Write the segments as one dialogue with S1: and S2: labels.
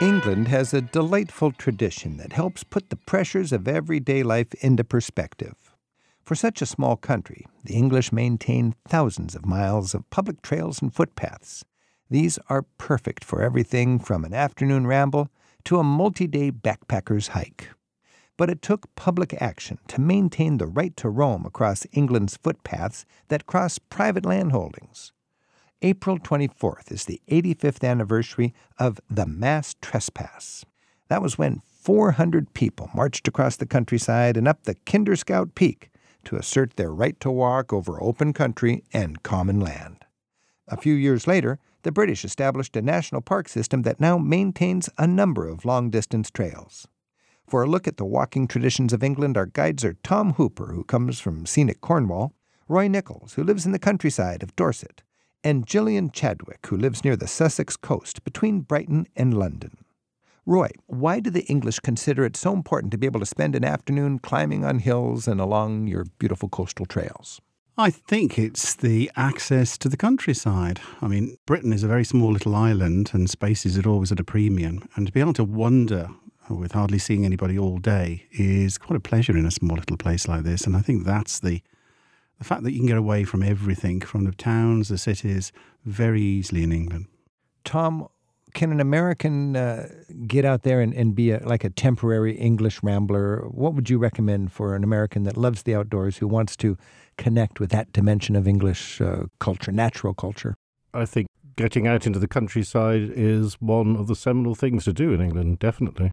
S1: England has a delightful tradition that helps put the pressures of everyday life into perspective. For such a small country, the English maintain thousands of miles of public trails and footpaths. These are perfect for everything from an afternoon ramble to a multi day backpacker's hike. But it took public action to maintain the right to roam across England's footpaths that cross private landholdings. April 24th is the 85th anniversary of the mass trespass. That was when 400 people marched across the countryside and up the Kinder Scout Peak to assert their right to walk over open country and common land. A few years later, the British established a national park system that now maintains a number of long distance trails. For a look at the walking traditions of England, our guides are Tom Hooper, who comes from scenic Cornwall, Roy Nichols, who lives in the countryside of Dorset, and Gillian Chadwick, who lives near the Sussex coast between Brighton and London. Roy, why do the English consider it so important to be able to spend an afternoon climbing on hills and along your beautiful coastal trails?
S2: I think it's the access to the countryside. I mean, Britain is a very small little island and spaces are always at a premium. And to be able to wander with hardly seeing anybody all day is quite a pleasure in a small little place like this. And I think that's the the fact that you can get away from everything, from the towns, the cities, very easily in England.
S1: Tom, can an American uh, get out there and, and be a, like a temporary English rambler? What would you recommend for an American that loves the outdoors who wants to connect with that dimension of English uh, culture, natural culture?
S3: I think getting out into the countryside is one of the seminal things to do in England, definitely.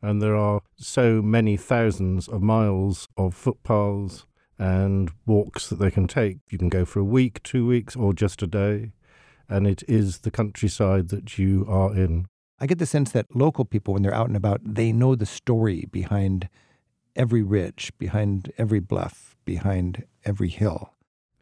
S3: And there are so many thousands of miles of footpaths, and walks that they can take. You can go for a week, two weeks, or just a day. And it is the countryside that you are in.
S1: I get the sense that local people, when they're out and about, they know the story behind every ridge, behind every bluff, behind every hill.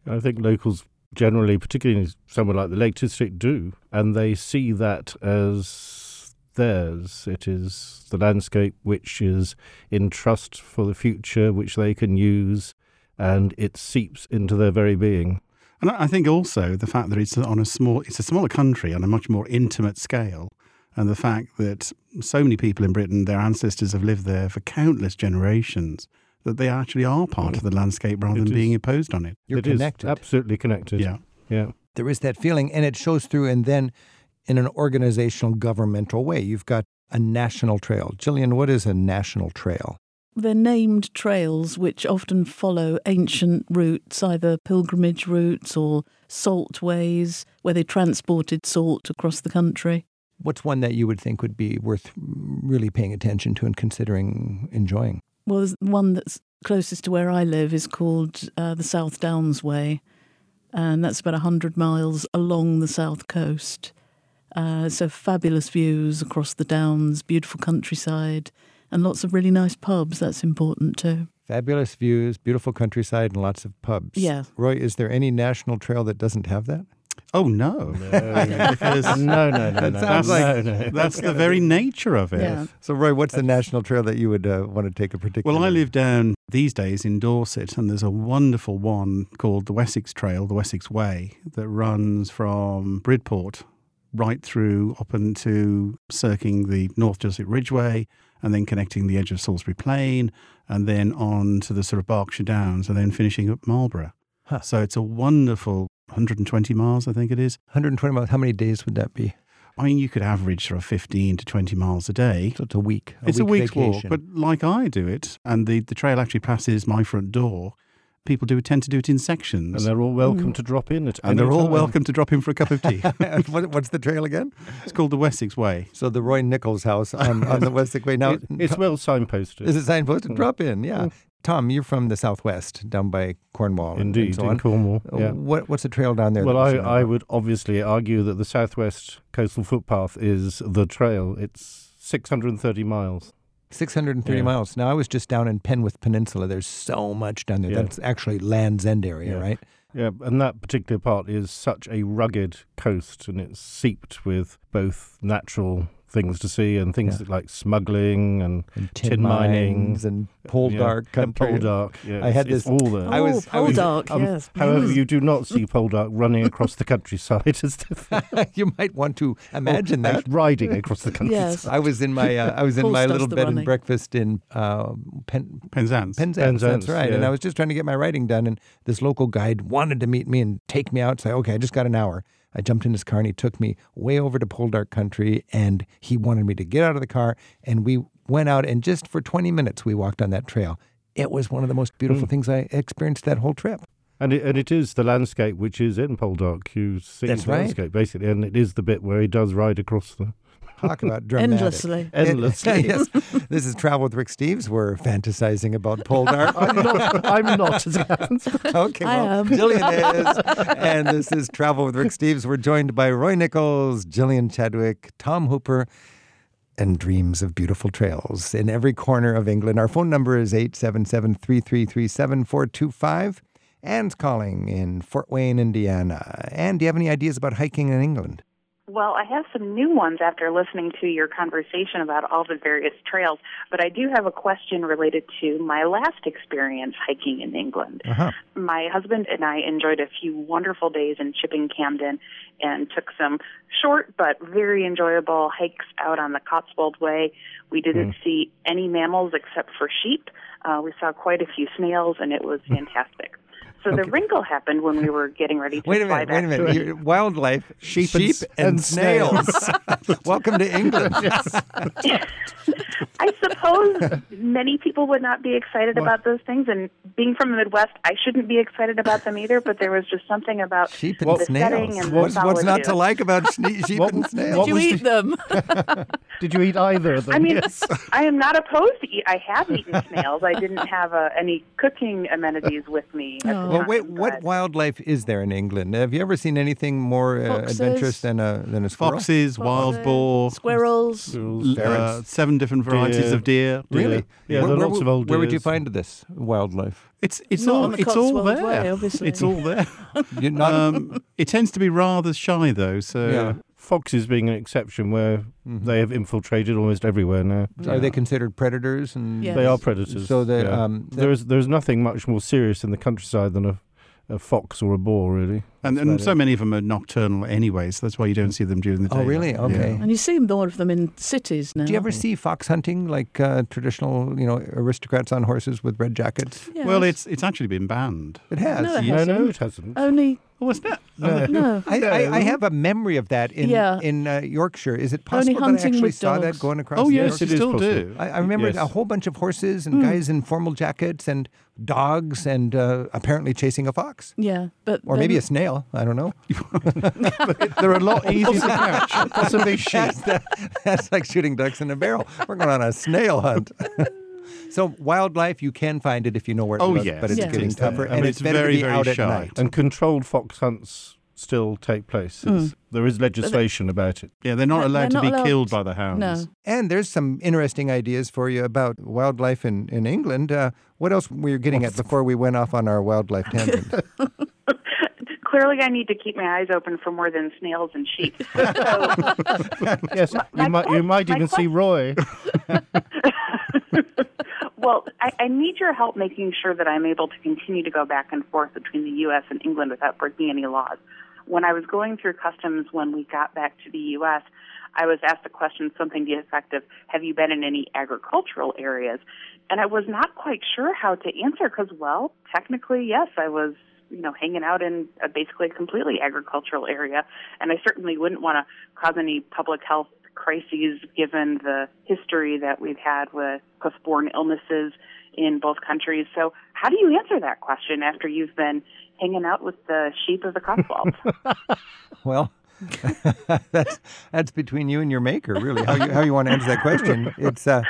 S3: I think locals generally, particularly in somewhere like the Lake District, do. And they see that as theirs. It is the landscape which is in trust for the future, which they can use and it seeps into their very being.
S2: And I think also the fact that it's on a small, it's a smaller country on a much more intimate scale, and the fact that so many people in Britain, their ancestors have lived there for countless generations, that they actually are part of the landscape rather it than is. being imposed on it.
S1: You're
S3: it
S1: connected,
S3: absolutely connected.
S2: Yeah,
S3: yeah.
S1: There is that feeling, and it shows through. And then, in an organizational, governmental way, you've got a national trail. Gillian, what is a national trail?
S4: They're named trails which often follow ancient routes, either pilgrimage routes or salt ways, where they transported salt across the country.
S1: What's one that you would think would be worth really paying attention to and considering enjoying?
S4: Well, there's one that's closest to where I live is called uh, the South Downs Way, and that's about 100 miles along the south coast. Uh, so fabulous views across the downs, beautiful countryside and lots of really nice pubs. That's important too.
S1: Fabulous views, beautiful countryside, and lots of pubs.
S4: Yeah.
S1: Roy, is there any national trail that doesn't have that?
S2: Oh no!
S3: No, no, no, no,
S2: That sounds
S3: no,
S2: like
S3: no, no.
S2: that's the very nature of it.
S4: Yeah.
S1: So, Roy, what's the national trail that you would uh, want to take a particular?
S2: Well, I live down these days in Dorset, and there's a wonderful one called the Wessex Trail, the Wessex Way, that runs from Bridport right through up into circling the North Dorset Ridgeway and then connecting the edge of Salisbury Plain and then on to the sort of Berkshire Downs and then finishing up Marlborough.
S1: Huh.
S2: So it's a wonderful 120 miles, I think it is.
S1: 120 miles. How many days would that be?
S2: I mean, you could average sort of 15 to 20 miles a day.
S1: So it's a week.
S2: it's a week's
S1: vacation.
S2: walk, but like I do it, and the, the trail actually passes my front door, people do tend to do it in
S3: And
S2: sections.
S3: they're all welcome to drop in at
S2: And
S3: any
S2: they're all
S3: time.
S2: welcome to drop in for a cup of tea.
S1: What- what's the trail again?
S2: it's called the Wessex Way.
S1: So the Roy Nichols House on, on the Wessex Way. Now,
S3: It- it's Mm. well signposted.
S1: is it signposted? Drop in, yeah. Tom, you're from the Southwest, down by Cornwall. and-
S3: Indeed,
S1: and so
S3: in
S1: on.
S3: Cornwall.
S1: Uh,
S3: Yeah.
S1: What what's the trail down there?
S3: Well,
S1: that we
S3: I,
S1: should know
S3: I
S1: about?
S3: would obviously argue that the Southwest Coastal Footpath is the trail. It's 630 miles.
S1: 630
S3: Yeah.
S1: miles. Now I was just down in Penwith Peninsula. There's so much down there.
S3: Yeah.
S1: That's actually Land's End area,
S3: Yeah.
S1: right?
S3: Yeah, and that particular part is such a rugged coast and it's seeped with both natural things to see and things
S1: Yeah.
S3: that like smuggling and
S1: And
S3: Tin mining.
S1: mines and pole
S3: yeah,
S1: dark
S3: and
S1: country.
S3: Poldark. Yeah,
S1: I had
S3: it's-
S1: this-
S3: it's all there.
S1: I
S4: oh,
S1: was- I was-
S4: Poldark,
S3: Um,
S4: yes.
S3: However, you do not see Poldark running across the countryside as the
S1: you might want to imagine
S4: Oh,
S1: that.
S3: riding across the countryside.
S4: Yes.
S1: I was in my uh, I was in
S4: Paul
S1: my
S4: starts
S1: little
S4: the
S1: bed
S4: running.
S1: and breakfast in uh, Pen,
S2: Penzance.
S1: Penzance.
S3: Penzance,
S1: That's right. And
S3: yeah.
S1: I was just trying to get my writing done, and this local guide wanted to meet me and take me out. Say, okay, I just got an hour. I jumped in his car, and he took me way over to Poldark Country, and he wanted me to get out of the car, and we went out, and just for 20 minutes, we walked on that trail. It was one of the most beautiful
S4: Hmm.
S1: things I experienced that whole trip.
S3: And it, and it is the landscape which is in Poldark. You see
S1: That's
S3: the
S1: right.
S3: landscape basically, and it is the bit where he does ride across the
S1: Talk about dramatic.
S4: Endlessly.
S1: It-
S3: endlessly.
S1: yes. This is Travel with Rick Steves. We're fantasizing about Poldark.
S3: I'm not. I'm not. As it happens.
S1: Okay,
S4: I
S1: well,
S4: am.
S1: Jillian is. and this is Travel with Rick Steves. We're joined by Roy Nichols, Jillian Chadwick, Tom Hooper, and Dreams of Beautiful Trails in every corner of England. Our phone number is 877 333 7425. Anne's calling in Fort Wayne, Indiana. Anne, do you have any ideas about hiking in England?
S5: Well, I have some new ones after listening to your conversation about all the various trails, but I do have a question related to my last experience hiking in England.
S1: Uh-huh.
S5: My husband and I enjoyed a few wonderful days in Chipping Camden and took some short but very enjoyable hikes out on the Cotswold Way. We didn't
S1: Mm.
S5: see any mammals except for sheep. Uh, we saw quite a few snails, and it was
S1: Hmm.
S5: fantastic. So the wrinkle happened when we were getting ready to
S1: Wait a
S5: fly
S1: minute,
S5: back
S1: wait a minute. You- wildlife, sheep,
S3: and
S1: sheep
S3: s-
S1: and,
S3: and
S1: snails. Welcome to England.
S5: I suppose many people would not be excited about those things, and being from the Midwest, I shouldn't be excited about them either. But there was just something about
S1: Sheep and
S5: the setting
S1: snails.
S5: and
S1: What's,
S5: the
S1: what's not to
S5: solitude.
S1: like about sne- sheep
S3: What-
S1: and snails?
S3: what
S4: Did you
S3: was the-
S4: eat them?
S3: Did you eat either of them?
S5: I mean,
S3: yes.
S5: I am not opposed to eat. I have eaten snails. I didn't have uh, any cooking amenities with me. At the
S4: Oh.
S1: Well,
S5: time,
S1: wait, what
S5: but-
S1: wildlife is there in England? Have you ever seen anything more uh,
S4: Foxes.
S1: adventurous than a than a squirrel?
S2: Foxes, wild boar,
S4: Squirrels.
S3: Squirrels.
S2: uh, seven different varieties
S3: Deer.
S2: of deer.
S1: Really?
S3: Yeah,
S1: where,
S3: there are
S1: where
S3: lots
S1: w-
S3: of old
S1: Where would you
S3: deers.
S1: find this wildlife?
S2: It's it's
S4: Not
S2: all
S4: on the
S2: it's all
S4: Cotswold
S2: there.
S4: Way, obviously.
S2: It's all there.
S1: You're not,
S2: um, it tends to be rather shy though. So
S1: yeah.
S3: Foxes being an exception, where they have infiltrated almost everywhere now.
S1: Mm-hmm. Are they considered predators? And
S4: Yeah.
S3: They are
S4: Yes.
S3: predators.
S1: So they,
S3: yeah.
S1: um, they-
S3: there is there's nothing much more serious in the countryside than a, a fox or a boar, really.
S2: and, and so many of them are nocturnal anyway. So that's why you don't see them during the day.
S1: Oh, really? Okay.
S4: And you see more of them in cities now.
S1: Do you ever see fox hunting like uh, traditional, you know, aristocrats on horses with red jackets?
S4: Yes.
S2: Well, it's it's actually been banned.
S1: It has.
S4: No, it
S3: No,
S4: hasn't.
S3: no, it hasn't.
S4: Only,
S2: Oh, wasn't it?
S4: no.
S1: I, I, I have a memory of that in
S4: Yeah.
S1: in uh, Yorkshire. Is it possible that I
S4: hunting
S1: actually
S4: with
S1: saw that
S4: dogs.
S1: going across?
S2: Oh,
S1: the
S2: yes,
S1: Yorkshire?
S2: you
S3: it is
S2: still
S3: possible.
S2: do.
S1: I, I remember
S3: Yes.
S1: a whole bunch of horses
S4: Hmm.
S1: and guys in formal jackets and dogs and uh, apparently chasing a fox
S4: Yeah, but
S1: or maybe
S4: then-
S1: a snail. I don't know.
S2: They're a lot easier to catch.
S3: Possibly sheep.
S1: That's, that's like shooting ducks in a barrel. We're going on a snail hunt. so wildlife, you can find it if you know where it
S2: Oh,
S1: lives,
S2: yes,
S1: but it's
S4: it is
S1: getting
S2: there.
S1: tougher,
S2: I
S1: and
S2: mean,
S1: it's,
S2: it's
S1: better
S2: very,
S1: to be
S2: very
S1: out at
S2: shy.
S1: night.
S3: And controlled fox hunts still take place.
S4: Hmm.
S3: It's- There is legislation about it.
S2: Yeah, they're not
S4: They're
S2: allowed to
S4: not
S2: be
S4: allowed
S2: killed
S4: to-
S2: by the hounds.
S4: No.
S1: And there's some interesting ideas for you about wildlife in, in England. Uh, what else were you getting at before we went off on our wildlife tangent?
S5: Clearly, I need to keep my eyes open for more than snails and sheep.
S3: Yes, you
S5: my
S3: might you
S5: quest-
S3: might
S5: my
S3: even see Roy.
S5: Well, I, I need your help making sure that I'm able to continue to go back and forth between the U.S. and England without breaking any laws. When I was going through customs when we got back to the U.S., I was asked a question, something to the effect of, have you been in any agricultural areas? And I was not quite sure how to answer because, well, technically, yes, I was, you know, hanging out in a basically completely agricultural area. And I certainly wouldn't want to cause any public health crises given the history that we've had with pus-borne illnesses in both countries. So how do you answer that question after you've been hanging out with the sheep of the Cotswolds?
S1: Well, that's that's between you and your maker, really. How you how you want to answer that question? It's uh,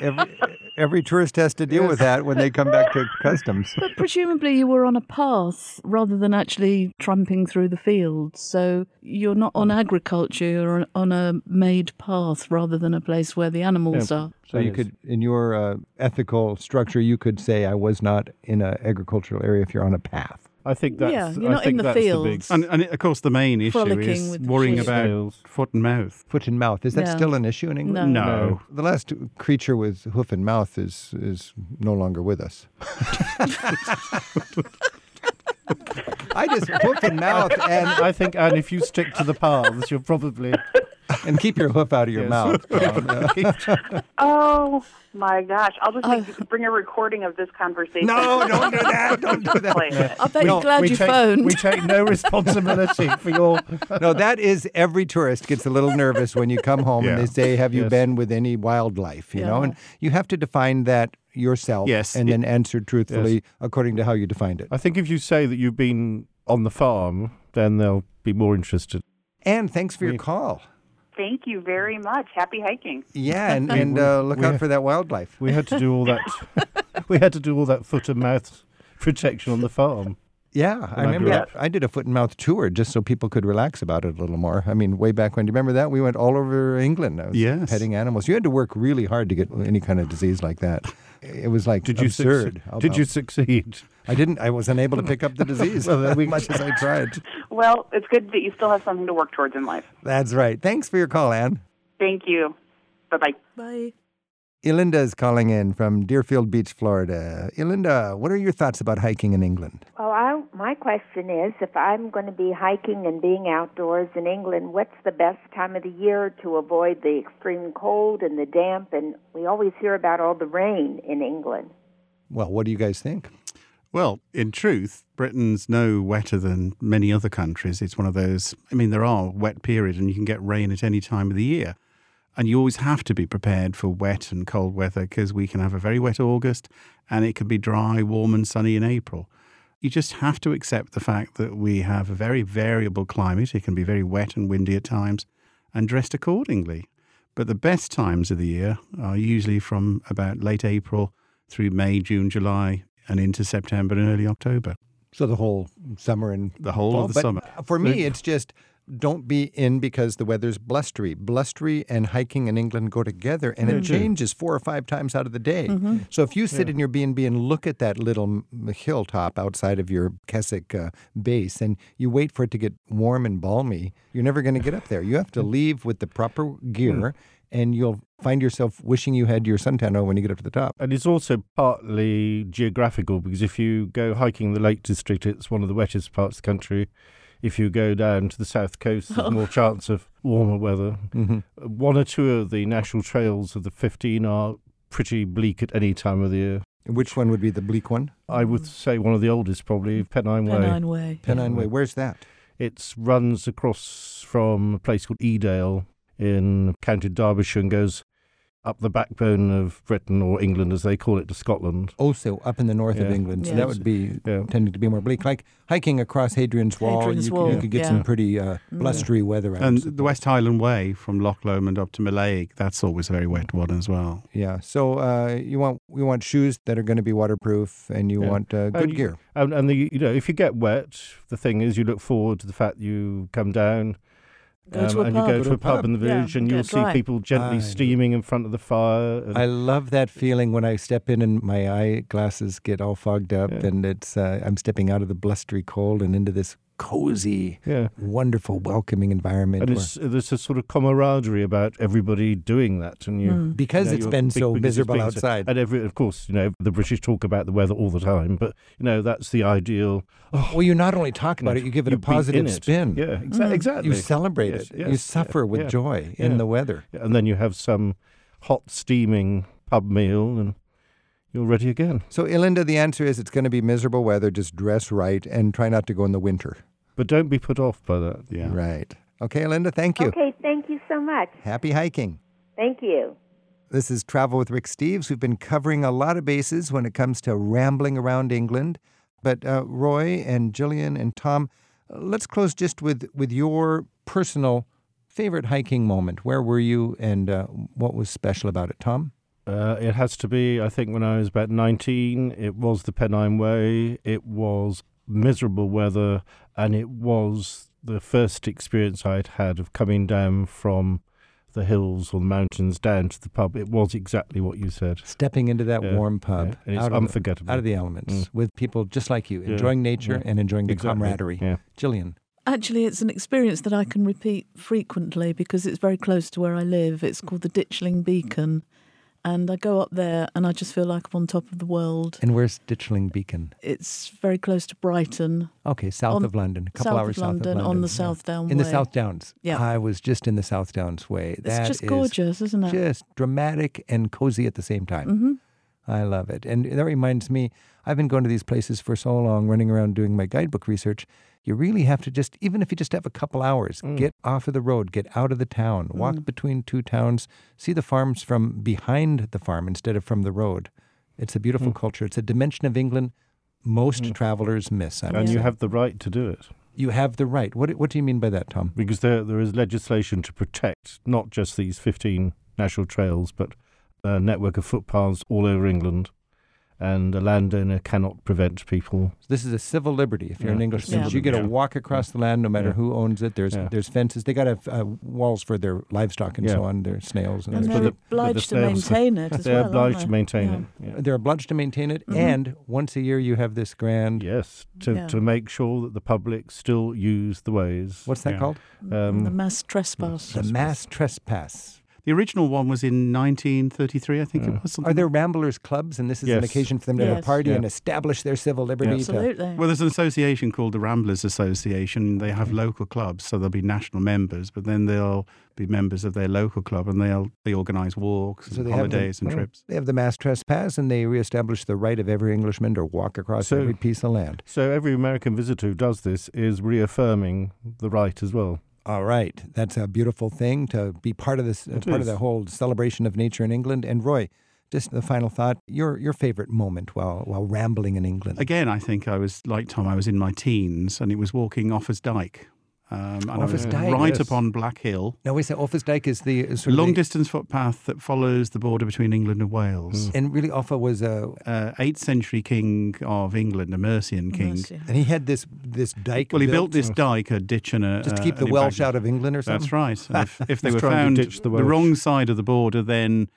S1: every every tourist has to deal with that when they come back to customs.
S4: But presumably you were on a path rather than actually tramping through the fields. So you're not on agriculture, you're on- on a made path rather than a place where the animals are.
S1: So you could, in your uh, ethical structure, you could say, "I was not in an agricultural area." If you're on a path,
S3: I think that's
S4: Yeah, you're
S3: I
S4: not in
S3: think
S4: the
S3: that's
S4: fields.
S3: big
S2: And, and of course, the main issue
S4: Frolicking
S2: is
S4: with the
S2: worrying
S4: sheep.
S2: about
S3: Scales.
S2: foot and mouth.
S1: Foot and mouth. Is that
S4: No.
S1: still an issue in England?
S4: No.
S2: No.
S1: The last creature with hoof and mouth is is no longer with us. I just hoof and mouth and
S3: I think, Anne, if you stick to the paths, you'll probably
S1: and keep your hoof out of your
S3: Yes.
S1: mouth.
S5: Oh my gosh! I'll just make, bring a recording of this conversation.
S1: Uh. No, don't do that. Don't do that.
S5: Play it.
S4: I bet you're glad
S3: we
S4: you
S3: take,
S4: phoned.
S3: We take no responsibility for your.
S1: No, that is every tourist gets a little nervous when you come home and
S2: Yeah.
S1: they say, "Have you
S3: Yes.
S1: been with any wildlife?" You know,
S4: Yeah.
S1: and you have to define that yourself,
S2: Yes,
S1: and
S2: it-
S1: then answer truthfully according to how you defined it.
S3: I think if you say that you've been on the farm, then they'll be more interested.
S1: And thanks for your
S3: We-
S1: call.
S5: Thank you very much. Happy hiking.
S1: Yeah, and, and uh, look
S3: we-
S1: out for that wildlife.
S3: We had to do all that. we had to do all that foot and mouth protection on the farm.
S1: Yeah, I
S3: I
S1: remember
S3: grew
S1: that. I did a foot and mouth tour just so people could relax about it a little more. I mean, way back when, do you remember that? We went all over England. I was
S2: Yes.
S1: petting animals. You had to work really hard to get any kind of disease like that. It was like
S3: Did you
S1: absurd.
S3: succeed?
S1: how
S3: Did you
S1: about-
S3: succeed?
S1: I didn't. I was unable to pick up the disease
S3: Well,
S1: as
S3: then we-
S1: much as I tried.
S5: Well, it's good that you still have something to work towards in life.
S1: That's right. Thanks for your call, Anne.
S5: Thank you. Bye bye.
S4: Bye.
S1: Ilinda is calling in from Deerfield Beach, Florida. Ilinda, what are your thoughts about hiking in England?
S6: Well, I, my question is if I'm going to be hiking and being outdoors in England, what's the best time of the year to avoid the extreme cold and the damp? And we always hear about all the rain in England.
S1: Well, what do you guys think?
S2: Well, in truth, Britain's no wetter than many other countries. It's one of those, I mean, there are wet periods and you can get rain at any time of the year. And you always have to be prepared for wet and cold weather because we can have a very wet August and it can be dry, warm, and sunny in April. You just have to accept the fact that we have a very variable climate. It can be very wet and windy at times and dressed accordingly. But the best times of the year are usually from about late April through May, June, July, and into September and early October.
S1: So the whole summer and
S2: The whole
S1: fall,
S2: of the
S1: but
S2: summer.
S1: For me, it's just don't be in because the weather's blustery. Blustery and hiking in England go together, and
S2: Mm-hmm.
S1: it changes four or five times out of the day. So if you sit in your B and B and look at that little m- hilltop outside of your Keswick uh, base, and you wait for it to get warm and balmy, you're never going to get up there. You have to leave with the proper
S2: Mm.
S1: gear, and you'll find yourself wishing you had your suntan on when you get up to the top.
S3: And it's also partly geographical because if you go hiking the Lake District, it's one of the wettest parts of the country. If you go down to the south coast, there's more chance of warmer weather. One or two of the national trails of the 15 are pretty bleak at any time of the year.
S1: Which one would be the bleak one?
S3: I would say one of the oldest, probably Mm. Pennine Way.
S4: Pennine Way.
S1: Pennine Way. Where's that?
S3: It runs across from a place called Edale in County Derbyshire and goes up the backbone of Britain or England, as they call it, to Scotland.
S1: also up in the north of
S3: Yeah.
S1: England. So
S4: Yeah.
S1: that would be
S3: Yeah.
S1: tending to be more bleak. Like hiking across Hadrian's Wall,
S4: Hadrian's
S1: you, could- you
S4: Wall,
S1: could get
S4: yeah. Mm.
S1: some pretty uh, blustery weather. I would
S2: And the
S1: suppose.
S2: West Highland Way from Loch Lomond up to Mallaig, that's always a very wet one as well.
S1: Yeah. So uh, you want we want shoes that are going to be waterproof, and you
S3: Yeah.
S1: want uh, good
S3: you-
S1: gear.
S3: And, and the you know, if you get wet, the thing is, you look forward to the fact you come down. um,
S4: Go to a
S3: and
S4: pub.
S3: you go, to a pub,
S1: pub.
S3: in the
S4: Yeah,
S3: village, and
S4: get
S3: you'll see
S4: dry.
S3: people gently
S1: I-
S3: steaming in front of the fire. and-
S1: I love that feeling when I step in and my eyeglasses get all fogged up,
S3: Yeah.
S1: and it's uh, I'm stepping out of the blustery cold and into this cozy,
S3: yeah,
S1: wonderful, welcoming environment.
S3: and
S1: where-
S3: it's, there's a sort of camaraderie about everybody doing that, and
S4: Hmm.
S3: you.
S1: because
S3: you know,
S1: it's
S3: you're-
S1: been
S3: be-
S1: so
S3: because it's
S1: miserable
S3: been so-
S1: outside,
S3: and every, of course, you know, the British talk about the weather all the time, but you know, that's the ideal. Oh,
S1: well, you not only talk about it, you give it a
S3: beat
S1: positive
S3: in it.
S1: spin. Mm.
S3: Yeah, exa- exactly.
S1: You celebrate
S3: Yes,
S1: it.
S3: yes,
S1: you
S3: yeah,
S1: suffer with
S3: yeah,
S1: joy
S3: yeah.
S1: in the weather.
S3: and then you have some hot steaming pub meal, and you're ready again.
S1: So, Ilinda, the answer is it's going to be miserable weather. Just dress right and try not to go in the winter.
S3: But don't be put off by that.
S2: Yeah.
S1: Right. Okay, Ilinda, thank you.
S6: Okay, thank you so much.
S1: Happy hiking.
S6: Thank you.
S1: This is Travel with Rick Steves. We've been covering a lot of bases when it comes to rambling around England. But uh, Roy and Gillian and Tom, uh, let's close just with, with your personal favorite hiking moment. Where were you and uh, what was special about it, Tom?
S3: Uh, it has to be, I think, when I was about 19, it was the Pennine Way. It was miserable weather, and it was the first experience I'd had of coming down from the hills or the mountains down to the pub. It was exactly what you said.
S1: Stepping into that
S3: Yeah,
S1: warm pub,
S3: yeah, and it's
S1: out, of,
S3: unforgettable.
S1: out of the elements,
S3: Mm.
S1: with people just like you,
S3: Yeah,
S1: enjoying nature
S3: yeah.
S1: and enjoying the
S3: Exactly,
S1: camaraderie.
S3: yeah.
S1: Gillian,
S4: Actually, it's an experience that I can repeat frequently because it's very close to where I live. It's called the Ditchling Beacon. And I go up there and I just feel like I'm on top of the world.
S1: and where's Ditchling Beacon?
S4: It's very close to Brighton,
S1: Okay, south
S4: On-
S1: of London, a couple
S4: south
S1: hours
S4: of London,
S1: south of London.
S4: on the
S1: yeah.
S4: South Down
S1: In the
S4: Way.
S1: South Downs.
S4: Yeah.
S1: I was just in the South Downs way.
S4: It's
S1: That
S4: just
S1: is
S4: gorgeous, isn't it?
S1: Just dramatic and cozy at the same time.
S4: hmm
S1: I love it. And that reminds me, I've been going to these places for so long, running around doing my guidebook research. You really have to just, even if you just have a couple hours, get off of the road, get out of the town, walk between two towns, see the farms from behind the farm instead of from the road. It's a beautiful culture. It's a dimension of England most travelers miss. I would
S3: And you
S1: say.
S3: have the right to do it
S1: you have the right. What, what do you mean by that, Tom?
S3: because there there is legislation to protect not just these 15 national trails, but a network of footpaths all over England. And a landowner cannot prevent people.
S1: This is a civil liberty. If you're an
S3: Yeah.
S1: English
S4: Civil
S1: citizen, you get to
S3: liberty, yeah.
S1: walk across the land, no matter
S3: Yeah.
S1: who owns it. There's
S3: Yeah.
S1: there's fences. They got to have uh, walls for their livestock and
S3: Yeah.
S1: so on. Their snails and,
S4: And
S1: their
S4: they're
S3: but
S1: sheep.
S3: the- but the
S4: obliged to
S3: snails-
S4: maintain it as
S3: They are
S4: well. aren't
S3: obliged to
S4: they?
S3: maintain
S4: Yeah.
S3: it. Yeah.
S1: they're obliged to maintain it.
S4: Mhm.
S1: And once a year, you have this grand.
S3: Mm-hmm. Yes, to,
S4: Yeah.
S3: to make sure that the public still use the ways.
S1: What's that
S2: Yeah.
S1: called?
S3: Um,
S4: the mass trespass.
S1: The mass trespass.
S2: The original one was in 1933, I think it was.
S1: Are
S2: something
S1: there ramblers clubs, and this is an
S3: Yes.
S1: occasion for them to have a
S4: Yes.
S1: party
S3: Yeah.
S1: and establish their civil liberty? to-
S4: Absolutely.
S2: Well, there's an association called the Ramblers Association. They have local clubs, so there'll be national members, but then they'll be members of their local club, and they'll they organise walks and
S1: so they
S2: holidays
S1: have the,
S2: and
S1: well,
S2: trips.
S1: They have the mass trespass, and they reestablish the right of every Englishman to walk across
S3: So-
S1: every piece of land.
S3: So every American visitor who does this is reaffirming the right as well.
S1: All right, that's a beautiful thing to be part of this, uh,
S3: It
S1: part of
S3: is.
S1: the whole celebration of nature in England. And Roy, just the final thought: your your favorite moment while while rambling in England.
S2: Again, I think I was like Tom. I was in my teens, and it was walking Offers Dyke, um, and
S1: Offa's
S2: I was
S1: Dyke,
S2: right
S3: yes.
S2: up on Black Hill,
S1: Now we say Offa's Dyke is the is sort of
S2: long
S1: the-
S2: distance footpath that follows the border between England and Wales.
S1: and really Offa was a,
S2: Uh, eighth century king of England, a Mercian king.
S4: Mercia.
S1: and he had this this dyke.
S2: Well, he built, this dyke, a ditch, and a
S1: Oh. just to
S2: uh,
S1: keep the
S2: an
S1: Welsh
S2: embankment.
S1: out of England or something.
S2: That's right. And if, if they
S3: He's
S2: were
S3: trying
S2: found
S3: to
S2: the,
S3: ditch the Welsh.
S2: wrong side of the border, then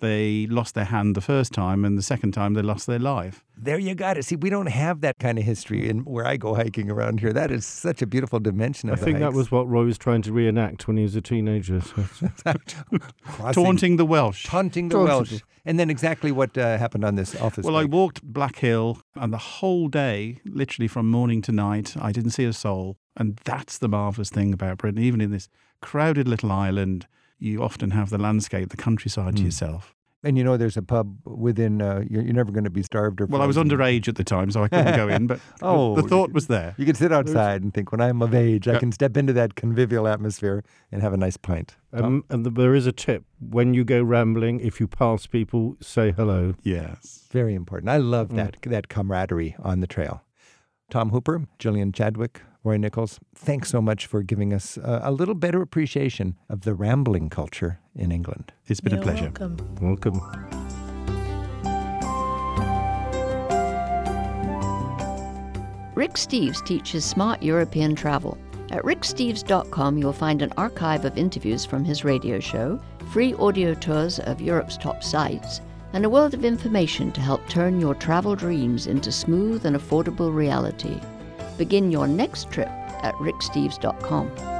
S2: they lost their hand the first time, and the second time they lost their life.
S1: There you got it. See, we don't have that kind of history in where I go hiking around here. That is such a beautiful dimension
S3: I
S1: of the
S3: think that
S1: hikes.
S3: was what Roy was trying to reenact when he was a teenager. So it's-
S1: Crossing-
S2: Taunting the Welsh.
S1: taunting the
S3: Taunting.
S1: Welsh, and then exactly what uh, happened on this office.
S2: Well, I walked Black Hill, and the whole day, literally from morning to night, I didn't see a soul. And that's the marvellous thing about Britain. Even in this crowded little island, you often have the landscape, the countryside to yourself.
S1: And you know, there's a pub within. Uh, you're, you're never going to be starved or.
S2: Well, I was
S1: frozen.
S2: underage at the time, so I couldn't go in, but
S1: Oh,
S2: the thought was there.
S1: You can sit outside and think, when I'm of age, I
S2: Yeah.
S1: can step into that convivial atmosphere and have a nice pint.
S3: um, and the, there is a tip when you go rambling, if you pass people, say hello.
S2: Yes.
S1: Very important. I
S2: Mm.
S1: love that that camaraderie on the trail. Tom Hooper, Gillian Chadwick, Roy Nichols, thanks so much for giving us uh, a little better appreciation of the rambling culture in England.
S2: It's been
S4: You're
S2: a pleasure.
S4: welcome.
S3: Welcome.
S7: Rick Steves teaches smart European travel. At ricksteves.com, you'll find an archive of interviews from his radio show, free audio tours of Europe's top sites, and a world of information to help turn your travel dreams into smooth and affordable reality. Begin your next trip at ricksteves.com.